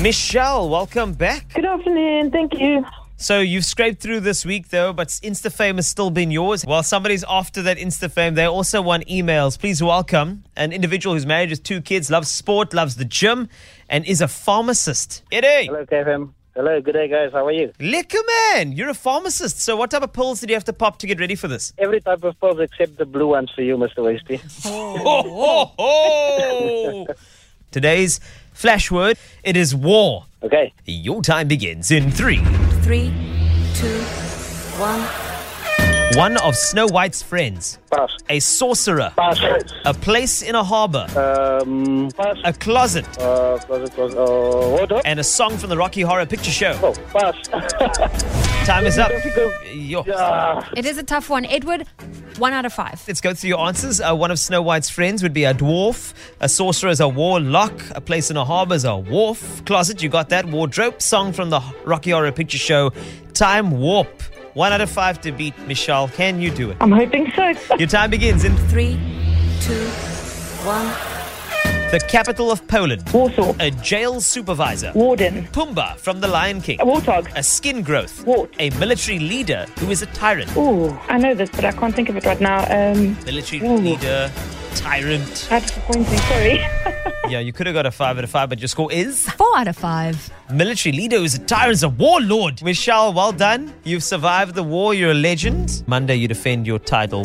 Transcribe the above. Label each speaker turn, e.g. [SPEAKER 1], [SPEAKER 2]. [SPEAKER 1] Michelle, welcome back.
[SPEAKER 2] Good afternoon. Thank you.
[SPEAKER 1] So you've scraped through this week though, but InstaFame has still been yours. While somebody's after that InstaFame, they also won emails. Please welcome an individual who's married with two kids, loves sport, loves the gym, and is a pharmacist. Eddie,
[SPEAKER 3] Hello, KFM. Hello, good day, guys. How are you?
[SPEAKER 1] liquor man, you're a pharmacist. So what type of pills did you have to pop to get ready for this?
[SPEAKER 3] Every type of pills except the blue ones for you, Mr. Wasty.
[SPEAKER 1] Ho, ho, ho. Today's flash word, it is war.
[SPEAKER 3] Okay.
[SPEAKER 1] Your time begins in three.
[SPEAKER 4] Three, two, one.
[SPEAKER 1] One of Snow White's friends,
[SPEAKER 3] Pass.
[SPEAKER 1] a sorcerer,
[SPEAKER 3] Pass.
[SPEAKER 1] a place in a harbor,
[SPEAKER 3] Um, pass.
[SPEAKER 1] a closet,
[SPEAKER 3] Uh, close it, close. Uh, wardrobe.
[SPEAKER 1] and a song from the Rocky Horror Picture Show.
[SPEAKER 3] Oh, pass.
[SPEAKER 1] Time is up.
[SPEAKER 3] Difficult.
[SPEAKER 1] Yo.
[SPEAKER 3] Ah,
[SPEAKER 4] It is a tough one. Edward, one out of five.
[SPEAKER 1] Let's go through your answers. Uh, one of Snow White's friends would be a dwarf. A sorcerer is a warlock. A place in a harbor is a wharf. Closet, you got that. Wardrobe, song from the Rocky Horror Picture Show. Time warp. One out of five to beat Michelle. Can you do it?
[SPEAKER 2] I'm hoping so.
[SPEAKER 1] Your time begins in
[SPEAKER 4] Three, two, one.
[SPEAKER 1] the capital of Poland.
[SPEAKER 2] Warsaw.
[SPEAKER 1] A jail supervisor.
[SPEAKER 2] Warden.
[SPEAKER 1] Pumbaa from The Lion King.
[SPEAKER 2] A warthog.
[SPEAKER 1] A skin growth.
[SPEAKER 2] Wart.
[SPEAKER 1] A military leader who is a tyrant.
[SPEAKER 2] Ooh, I know this, but I can't think of it right now. Um,
[SPEAKER 1] Military
[SPEAKER 2] Ooh.
[SPEAKER 1] leader, tyrant.
[SPEAKER 2] that's disappointing. Sorry.
[SPEAKER 1] Yeah, you could have got a five out of five, but your score is
[SPEAKER 4] Four out of five.
[SPEAKER 1] military leader who's a tyrant, is a warlord. Michelle, well done. You've survived the war. You're a legend. Monday, you defend your title.